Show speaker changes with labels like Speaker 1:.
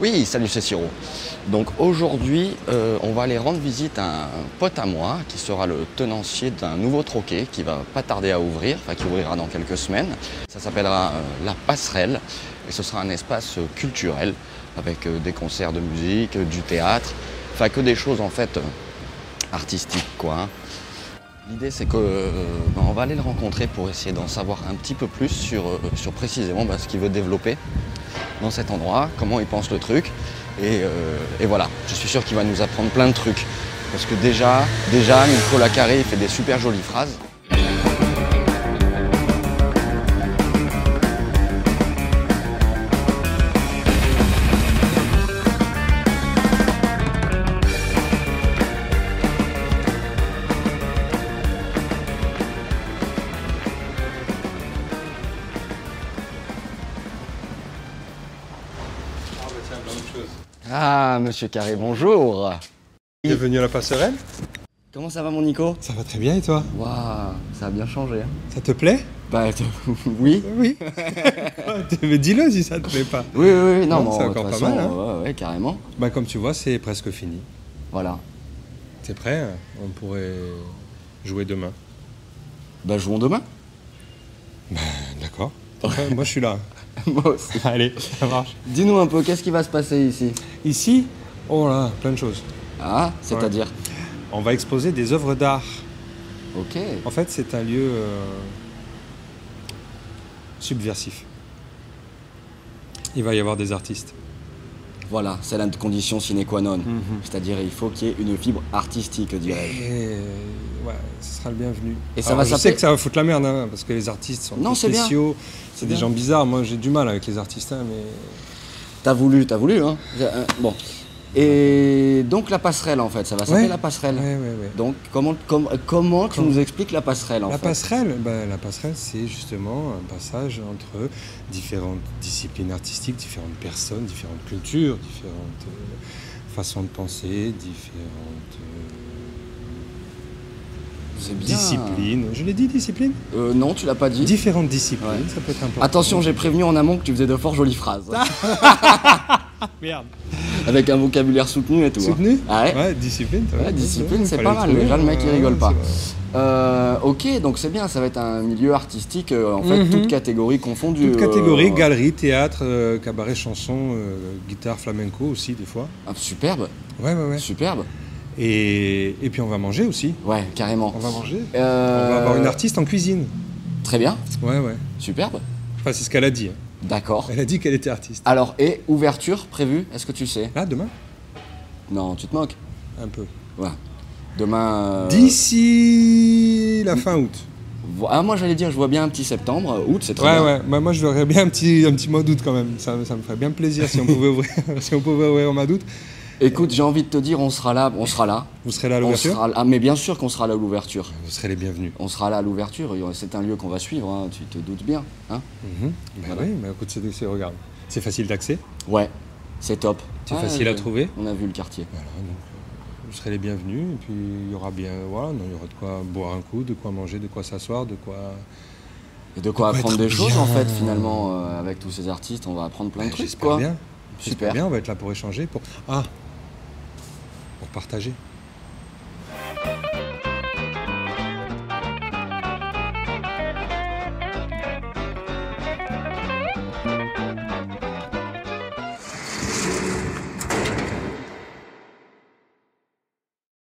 Speaker 1: Oui, salut, c'est Siro. Donc aujourd'hui, euh, on va aller rendre visite à un pote à moi qui sera le tenancier d'un nouveau troquet qui va pas tarder à ouvrir, enfin qui ouvrira dans quelques semaines. Ça s'appellera euh, La Passerelle et ce sera un espace euh, culturel avec euh, des concerts de musique, euh, du théâtre, enfin que des choses en fait euh, artistiques quoi. hein. L'idée c'est que euh, ben, on va aller le rencontrer pour essayer d'en savoir un petit peu plus sur, euh, sur précisément ben, ce qu'il veut développer dans cet endroit, comment il pense le truc. Et, euh, et voilà, je suis sûr qu'il va nous apprendre plein de trucs. Parce que déjà, déjà, Nicolas Carré, il fait des super jolies phrases.
Speaker 2: Ah bah tiens, la même chose.
Speaker 1: Ah, monsieur Carré, bonjour
Speaker 2: Bienvenue à la passerelle.
Speaker 1: Comment ça va, mon Nico
Speaker 2: Ça va très bien et toi
Speaker 1: Waouh, ça a bien changé. hein.
Speaker 2: Ça te plaît
Speaker 1: Bah, oui.
Speaker 2: Oui. Mais dis-le si ça te plaît pas.
Speaker 1: Oui, oui, oui, non,
Speaker 2: Non,
Speaker 1: mais
Speaker 2: c'est
Speaker 1: de
Speaker 2: encore
Speaker 1: toute
Speaker 2: pas
Speaker 1: façon,
Speaker 2: mal, hein.
Speaker 1: euh, ouais, ouais, carrément.
Speaker 2: Bah comme tu vois, c'est presque fini.
Speaker 1: Voilà.
Speaker 2: T'es prêt hein On pourrait jouer demain.
Speaker 1: Bah, jouons demain.
Speaker 2: D'accord. Ouais, Moi je suis là.
Speaker 1: Moi aussi.
Speaker 2: Allez, ça marche.
Speaker 1: Dis-nous un peu, qu'est-ce qui va se passer ici
Speaker 2: Ici, oh là, plein de choses.
Speaker 1: Ah, c'est-à-dire
Speaker 2: On va exposer des œuvres d'art.
Speaker 1: Ok.
Speaker 2: En fait, c'est un lieu euh, subversif. Il va y avoir des artistes.
Speaker 1: Voilà, c'est la condition sine qua non. C'est-à-dire, il faut qu'il y ait une fibre artistique, dirais-je.
Speaker 2: Et euh, ouais, ce sera le bienvenu.
Speaker 1: Et ça
Speaker 2: Alors,
Speaker 1: va
Speaker 2: je
Speaker 1: s'appeler-
Speaker 2: sais que ça va foutre la merde, hein, parce que les artistes sont un
Speaker 1: Non,
Speaker 2: peu
Speaker 1: c'est bien.
Speaker 2: spéciaux. C'est des
Speaker 1: bien.
Speaker 2: gens bizarres. Moi, j'ai du mal avec les artistes, hein, mais
Speaker 1: T'as voulu, t'as voulu, hein Euh, Bon. Et donc la passerelle, en fait, ça va s'appeler
Speaker 2: Ouais.
Speaker 1: la passerelle.
Speaker 2: Ouais, ouais, ouais.
Speaker 1: Donc comment, com- comment tu
Speaker 2: Comment-
Speaker 1: nous expliques la passerelle, en
Speaker 2: la
Speaker 1: fait
Speaker 2: passerelle, ben, la passerelle, c'est justement un passage entre différentes disciplines artistiques, différentes personnes, différentes cultures, différentes euh, façons de penser, différentes
Speaker 1: C'est
Speaker 2: euh,
Speaker 1: bien.
Speaker 2: disciplines. Je l'ai dit, disciplines.
Speaker 1: Euh, non, tu l'as pas dit.
Speaker 2: Différentes disciplines.
Speaker 1: Ouais.
Speaker 2: Ça peut être important.
Speaker 1: Attention, j'ai prévenu en amont que tu faisais de fort jolies phrases.
Speaker 2: Merde.
Speaker 1: Avec un vocabulaire soutenu et tout. hein.
Speaker 2: Soutenu
Speaker 1: Ah ouais.
Speaker 2: discipline. t'as
Speaker 1: Ouais,
Speaker 2: raison,
Speaker 1: discipline,
Speaker 2: ouais,
Speaker 1: c'est
Speaker 2: fallait
Speaker 1: pas mal,
Speaker 2: trouver,
Speaker 1: déjà, le mec, il
Speaker 2: ouais,
Speaker 1: rigole
Speaker 2: ouais,
Speaker 1: pas.
Speaker 2: c'est vrai.
Speaker 1: Euh, ok, donc c'est bien, ça va être un milieu artistique, euh, en fait,
Speaker 2: Mhm.
Speaker 1: toute catégorie confondue.
Speaker 2: Toute catégorie,
Speaker 1: euh,
Speaker 2: galerie, théâtre, euh, cabaret, chanson, euh, guitare, flamenco aussi des fois.
Speaker 1: ah, Superbe,
Speaker 2: Ouais, ouais, ouais.
Speaker 1: superbe.
Speaker 2: Et, et puis on va manger aussi.
Speaker 1: Ouais, carrément.
Speaker 2: On va manger.
Speaker 1: Euh,
Speaker 2: On va avoir une artiste en cuisine.
Speaker 1: Très bien,
Speaker 2: Ouais, ouais.
Speaker 1: superbe.
Speaker 2: Enfin, c'est ce qu'elle a dit. hein.
Speaker 1: D'accord.
Speaker 2: Elle a dit qu'elle était artiste.
Speaker 1: Alors, et ouverture prévue, est-ce que tu sais
Speaker 2: Là, Ah, demain
Speaker 1: Non, tu te moques.
Speaker 2: Un peu.
Speaker 1: Voilà. Demain. euh,
Speaker 2: D'ici la fin août.
Speaker 1: vo- Ah, moi j'allais dire, je vois bien un petit septembre. euh, Août, c'est très
Speaker 2: Ouais,
Speaker 1: bien.
Speaker 2: ouais. Bah, moi, je verrais bien un petit, un petit mois d'août quand même. Ça, ça me ferait bien plaisir si on pouvait ouvrir, si on pouvait ouvrir au mois d'août.
Speaker 1: Écoute, j'ai envie de te dire, on sera là. On sera là.
Speaker 2: Vous serez là à
Speaker 1: On
Speaker 2: l'ouverture
Speaker 1: sera là. Ah, mais bien sûr qu'on sera là à l'ouverture.
Speaker 2: Vous serez les bienvenus.
Speaker 1: On sera là à l'ouverture. et C'est un lieu qu'on va suivre, hein, tu te doutes bien. Hein
Speaker 2: Mhm. Bah
Speaker 1: Voilà.
Speaker 2: Oui, mais écoute, c'est, c'est- regarde. C'est facile d'accès,
Speaker 1: ouais, c'est top.
Speaker 2: c'est
Speaker 1: Ouais,
Speaker 2: facile à
Speaker 1: je-
Speaker 2: trouver.
Speaker 1: On a vu le quartier.
Speaker 2: Voilà, donc euh, vous serez les bienvenus. Et puis il y aura bien, voilà, non, il y aura de quoi boire un coup, de quoi manger, de quoi s'asseoir, de quoi.
Speaker 1: Et de quoi
Speaker 2: doit
Speaker 1: apprendre
Speaker 2: être
Speaker 1: des choses en
Speaker 2: bien.
Speaker 1: fait finalement euh, avec tous ces artistes, on va apprendre
Speaker 2: Ben,
Speaker 1: plein de trucs
Speaker 2: J'espère
Speaker 1: quoi.
Speaker 2: bien. J'espère
Speaker 1: Super.
Speaker 2: bien. On va être là pour échanger, pour ah, pour partager.